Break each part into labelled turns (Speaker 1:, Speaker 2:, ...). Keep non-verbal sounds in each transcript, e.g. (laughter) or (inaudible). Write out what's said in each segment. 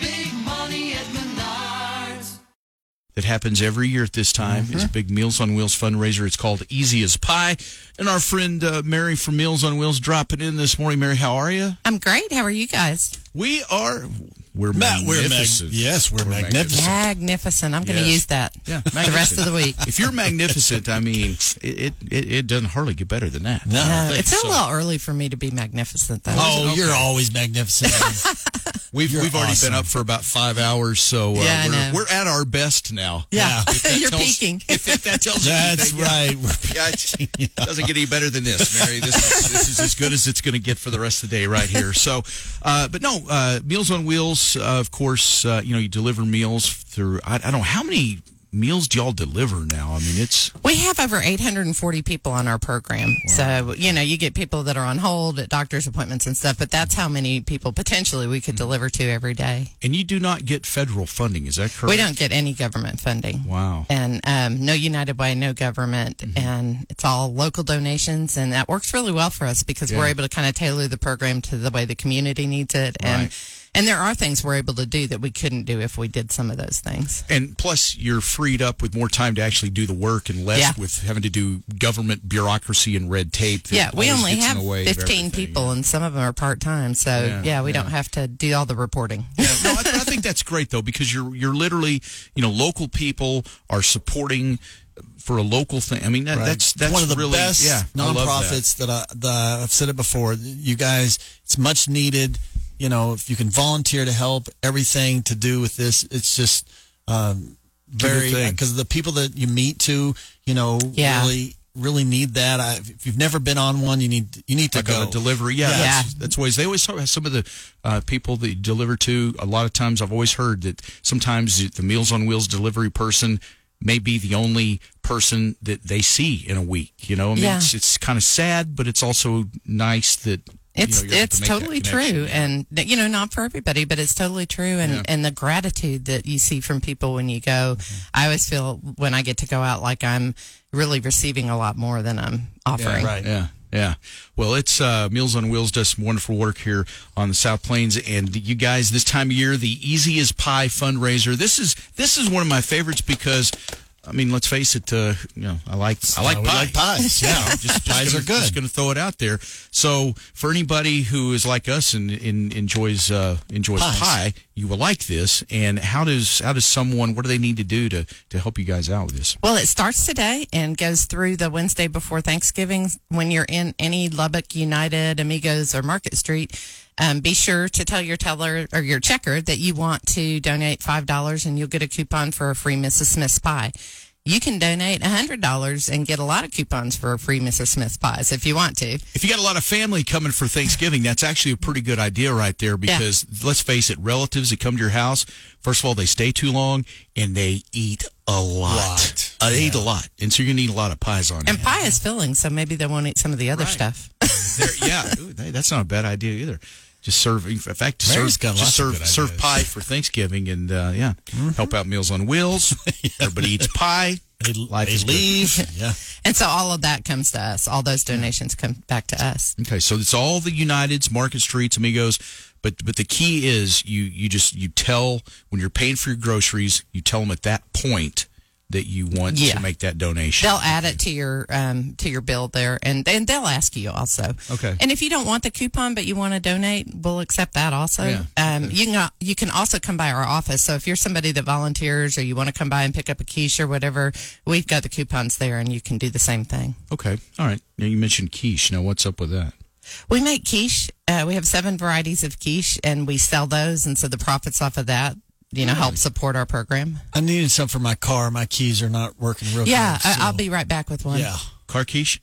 Speaker 1: big money at Menards.
Speaker 2: that happens every year at this time. It's
Speaker 3: Mm-hmm.
Speaker 2: a big Meals on Wheels fundraiser. It's called Easy as Pie. And our friend uh, Mary from Meals on Wheels dropping in this morning. Mary, how are you?
Speaker 4: I'm great. How are you guys?
Speaker 2: We are. We're
Speaker 3: Matt, we're mag-
Speaker 2: magnificent.
Speaker 3: yes, we're, magnificent.
Speaker 4: Magnificent. I'm going to
Speaker 2: Yes.
Speaker 4: use that
Speaker 2: Yeah,
Speaker 4: (laughs) the rest of
Speaker 2: (laughs)
Speaker 4: the week.
Speaker 2: If you're magnificent, I mean, it, it it doesn't hardly get better than that.
Speaker 3: No.
Speaker 4: Uh,
Speaker 2: think
Speaker 4: it's a
Speaker 2: so.
Speaker 4: little early for me to be magnificent, though.
Speaker 3: Oh, you're always magnificent.
Speaker 2: We've
Speaker 3: You're
Speaker 2: we've already
Speaker 3: awesome.
Speaker 2: been up for about five hours, so uh,
Speaker 4: Yeah, I
Speaker 2: we're,
Speaker 4: know.
Speaker 2: we're at our best now.
Speaker 4: yeah. (laughs)
Speaker 3: yeah, if
Speaker 4: you're
Speaker 2: Tells-
Speaker 4: peaking.
Speaker 2: (laughs) If, if that tells you
Speaker 3: That's
Speaker 2: anything, yeah.
Speaker 3: right. We're-
Speaker 2: (laughs) Yeah, it doesn't get any better than this, Mary. This is, this is as good as it's going to get for the rest of the day right here. So, uh, but no, uh, Meals on Wheels, uh, of course, uh, you know, you deliver meals through, I, I don't know, how many meals do y'all deliver now? I mean, it's,
Speaker 4: We have over 840 people on our program. So, you know, you get people that are on hold at doctor's appointments and stuff, but that's how many people potentially we could
Speaker 2: Hmm.
Speaker 4: deliver to every day.
Speaker 2: and you do not get federal funding, is that correct?
Speaker 4: We don't get any government funding.
Speaker 2: Wow.
Speaker 4: And um, no United Way, no government.
Speaker 2: Mm-hmm.
Speaker 4: And it's all local donations. And that works really well for us because we're
Speaker 2: Yeah.
Speaker 4: able to kind of tailor the program to the way the community needs it. And, and there are things we're able to do that we couldn't do if we did some of those things.
Speaker 2: And plus, you're freed up with more time to actually do the work and less
Speaker 4: Yeah.
Speaker 2: with having to do government bureaucracy and red tape. that
Speaker 4: Yeah, we
Speaker 2: always
Speaker 4: only
Speaker 2: gets in
Speaker 4: have
Speaker 2: the way of
Speaker 4: 15
Speaker 2: everything.
Speaker 4: people, and some of them are part time. So,
Speaker 2: Yeah,
Speaker 4: yeah, we don't have to do all the reporting.
Speaker 2: Yeah, no, I, I think that's great though because you're you're literally you know local people are supporting for a local thing. I mean that, that's that's
Speaker 3: one of the
Speaker 2: really,
Speaker 3: best
Speaker 2: yeah, I love that.
Speaker 3: nonprofits that, I, that I've said it before. You guys, it's much needed. You know, if you can volunteer to help, everything to do with this, it's just um, very
Speaker 2: thing.
Speaker 3: because the people that you meet too, you know,
Speaker 4: Yeah.
Speaker 3: really really need that. I, if you've never been on one, you need you need to
Speaker 2: Like
Speaker 3: go.
Speaker 2: on a delivery, yeah,
Speaker 3: Yeah.
Speaker 2: That's, that's ways they always talk about some of the uh, people that you deliver to. A lot of times, I've always heard that sometimes the Meals on Wheels delivery person may be the only person that they see in a week. You know, I mean,
Speaker 4: Yeah.
Speaker 2: it's, it's kind of sad, but it's also nice that you
Speaker 4: It's
Speaker 2: know, you're able to
Speaker 4: it's
Speaker 2: make that
Speaker 4: totally
Speaker 2: connection.
Speaker 4: true, and th- you know, not for everybody, but it's totally true. And and the gratitude that you see from people when you go,
Speaker 2: Mm-hmm.
Speaker 4: I always feel when I get to go out like I'm really receiving a lot more than I'm offering.
Speaker 3: right.
Speaker 2: Yeah. Yeah. Well, it's uh, Meals on Wheels does some wonderful work here on the South Plains, and you guys, this time of year, the Easy as Pie fundraiser. This is this is one of my favorites because, I mean, let's face it, uh, you know, I like I like
Speaker 3: Uh,
Speaker 2: pie.
Speaker 3: we like pies. Yeah, (laughs)
Speaker 2: I'm just, just
Speaker 3: Pies
Speaker 2: gonna,
Speaker 3: are good.
Speaker 2: Just going to throw it out there. So for anybody who is like us and, and enjoys uh, enjoys
Speaker 3: Pies.
Speaker 2: pie, you will like this. And how does how does someone? What do they need to do to to help you guys out with this?
Speaker 4: Well, it starts today and goes through the Wednesday before Thanksgiving. When you're in any Lubbock United, Amigos, or Market Street, um, be sure to tell your teller or your checker that you want to donate $5 and you'll get a coupon for a free Mrs. Smith's pie. You can donate $100 and get a lot of coupons for a free Mrs. Smith's pies if you want to.
Speaker 2: If you got a lot of family coming for Thanksgiving, that's actually a pretty good idea right there because let's face it, relatives that come to your house, first of all, they stay too long and they eat a lot.
Speaker 3: Lot.
Speaker 2: Uh, They eat a lot. And so you're going to need a lot of pies on
Speaker 4: And
Speaker 2: hand.
Speaker 4: pie is filling, so maybe they won't eat some of the other stuff. (laughs)
Speaker 2: There-
Speaker 3: (laughs)
Speaker 2: yeah, Ooh, hey, that's not a bad idea either. Just serve, in fact, just
Speaker 3: Mary's
Speaker 2: serve,
Speaker 3: got
Speaker 2: just
Speaker 3: lots of
Speaker 2: serve,
Speaker 3: good
Speaker 2: serve
Speaker 3: ideas. Mm-hmm.
Speaker 2: pie for Thanksgiving and uh, yeah, help out Meals on Wheels.
Speaker 3: (laughs)
Speaker 2: Everybody eats pie.
Speaker 3: They,
Speaker 2: Life
Speaker 3: they
Speaker 2: is good.
Speaker 3: leave.
Speaker 2: (laughs)
Speaker 3: Yeah.
Speaker 4: And so all of that comes to us. All those donations come back to us.
Speaker 2: Okay, so it's all the Uniteds, Market Streets, Amigos, but but the key is you you just you tell when you're paying for your groceries, you tell them at that point that you want
Speaker 4: Yeah.
Speaker 2: to make that donation.
Speaker 4: They'll add it to your um, to your bill there, and and they'll ask you also.
Speaker 2: Okay.
Speaker 4: And if you don't want the coupon but you want to donate, we'll accept that also.
Speaker 2: Yeah.
Speaker 4: Um, you can you can also come by our office. So if you're somebody that volunteers or you want to come by and pick up a quiche or whatever, we've got the coupons there, and you can do the same thing.
Speaker 2: Okay, all right. Now you mentioned quiche. Now what's up with that?
Speaker 4: We make quiche. Uh, we have seven varieties of quiche, and we sell those, and so the profits off of that, you know, help support our program.
Speaker 3: I needed some for my car. My keys are not working real
Speaker 4: Yeah,
Speaker 3: good.
Speaker 4: I,
Speaker 3: so-
Speaker 4: I'll be right back with one.
Speaker 3: Yeah.
Speaker 2: Car
Speaker 4: (laughs)
Speaker 2: quiche?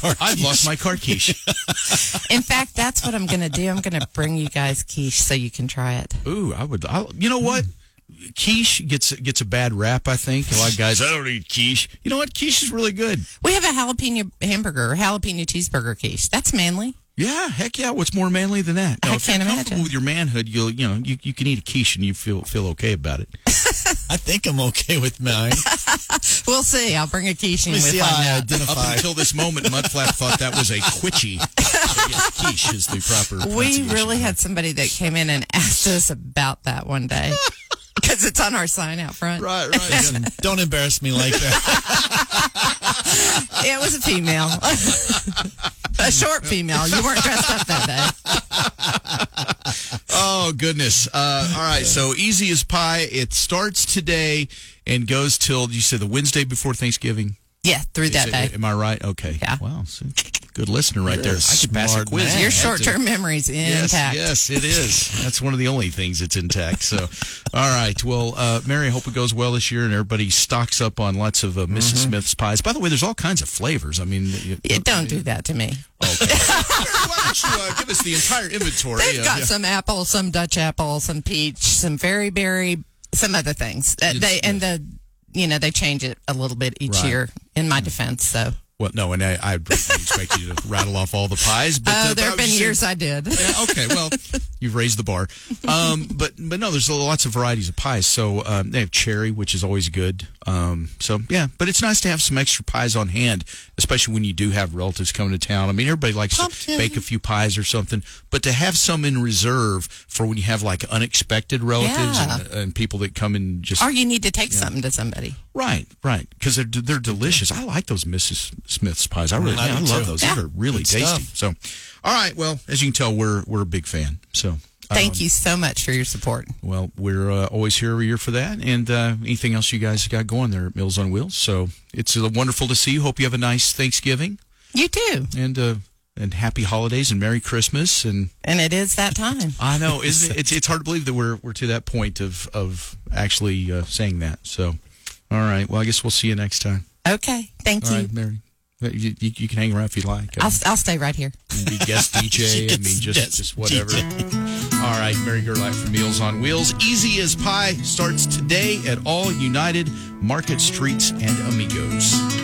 Speaker 3: Car
Speaker 2: I've
Speaker 3: keys.
Speaker 2: lost my car quiche.
Speaker 4: In fact, that's what I'm going to do. I'm going to bring you guys quiche so you can try it.
Speaker 2: Ooh, I would. I'll, you know what? quiche gets gets a bad rap. I think a lot of guys. I don't eat quiche. You know what? Quiche is really good.
Speaker 4: We have a jalapeno hamburger, jalapeno cheeseburger quiche. That's manly.
Speaker 2: Yeah, heck yeah. What's more manly than that?
Speaker 4: I
Speaker 2: if you're
Speaker 4: can't imagine.
Speaker 2: comfortable With your manhood, you'll you know you, you can eat a quiche and you feel feel okay about it.
Speaker 3: I think I'm okay with mine.
Speaker 4: We'll see. I'll bring a quiche in
Speaker 3: Let me
Speaker 4: with
Speaker 3: see
Speaker 4: find
Speaker 3: how I
Speaker 4: out.
Speaker 2: Up
Speaker 3: identify.
Speaker 2: until this moment,
Speaker 3: (laughs)
Speaker 2: Mudflap thought that was a quitchy. So yes, quiche is the proper.
Speaker 4: We
Speaker 2: pronunciation.
Speaker 4: really had somebody that came in and (laughs) asked us about that one (laughs) day because it's on our sign out front.
Speaker 2: Right, right. yeah.
Speaker 3: Don't embarrass me like that.
Speaker 4: It was a female, a short female. You weren't dressed up that day.
Speaker 2: (laughs) Oh goodness! Uh, all right, so easy as pie. It starts today and goes till you said the Wednesday before Thanksgiving.
Speaker 4: Yeah, through that
Speaker 2: Is
Speaker 4: day.
Speaker 2: it- Am I right? Okay.
Speaker 4: Yeah.
Speaker 2: Wow, so good listener right there.
Speaker 3: a
Speaker 2: I could pass a
Speaker 3: smart
Speaker 2: quiz.
Speaker 3: man.
Speaker 2: if I
Speaker 4: Your
Speaker 2: had
Speaker 4: short
Speaker 2: to.
Speaker 4: term memory's
Speaker 2: Yes,
Speaker 4: intact.
Speaker 2: yes, it is. That's one of the only things that's intact.
Speaker 4: (laughs)
Speaker 2: So, all right. Well, uh, Mary, I hope it goes well this year, and everybody stocks up on lots of uh,
Speaker 4: Mm-hmm.
Speaker 2: missus Smith's pies. By the way, there's all kinds of flavors. I mean, you-
Speaker 4: Yeah, don't do that to me. (laughs)
Speaker 2: Okay. Why don't you uh, give us the entire inventory?
Speaker 4: They've
Speaker 2: of-
Speaker 4: got some apple, some Dutch apple, some peach, some fairy berry, some other things. That they and the you know they change it a little bit each
Speaker 2: Right.
Speaker 4: year. In my defense, so
Speaker 2: Well, no, and I, I didn't expect you to rattle off all the pies. But
Speaker 4: oh,
Speaker 2: uh,
Speaker 4: there have
Speaker 2: but I
Speaker 4: been
Speaker 2: was
Speaker 4: years
Speaker 2: just
Speaker 4: I did.
Speaker 2: saying- Yeah, okay, well, you've raised the bar, um, but but no, there's lots of varieties of pies. So um, they have cherry, which is always good. Um, so yeah, but it's nice to have some extra pies on hand, especially when you do have relatives coming to town. I mean, everybody likes to bake a few pies or something, but to have some in reserve for when you have like unexpected relatives and, and people that come and just
Speaker 4: (laughs) Or you need to take something to somebody.
Speaker 2: Right, right, because they're they're delicious. I like those Mrs. Smith's pies. I really,
Speaker 3: I do
Speaker 2: I love
Speaker 3: too.
Speaker 2: those.
Speaker 4: Yeah.
Speaker 2: They're really
Speaker 3: Good
Speaker 2: tasty. So, all right. Well, as you can tell, we're we're a big fan. So,
Speaker 4: Thank you so much for your support.
Speaker 2: well, we're uh, always here every year for that. And uh, anything else you guys got going there at Mills on Wheels? So it's uh, wonderful to see you. Hope you have a nice Thanksgiving
Speaker 4: You too.
Speaker 2: and uh, and happy holidays and Merry Christmas. And
Speaker 4: And it is that time.
Speaker 2: I (laughs) know isn't it, it's it's hard to believe that we're we're to that point of of actually uh, saying that. So, all right. Well, I guess we'll see you next time.
Speaker 4: Okay. Thank
Speaker 2: All
Speaker 4: you.
Speaker 2: right, Mary. You, you, you can hang around if you like.
Speaker 4: I'll, I'll stay right here.
Speaker 2: You can be
Speaker 3: (laughs)
Speaker 2: guest DJ. I mean, just,
Speaker 3: Yes,
Speaker 2: just whatever. All right, Mary Gerlach from Meals on Wheels. Easy as Pie starts today at all United Market Streets and Amigos.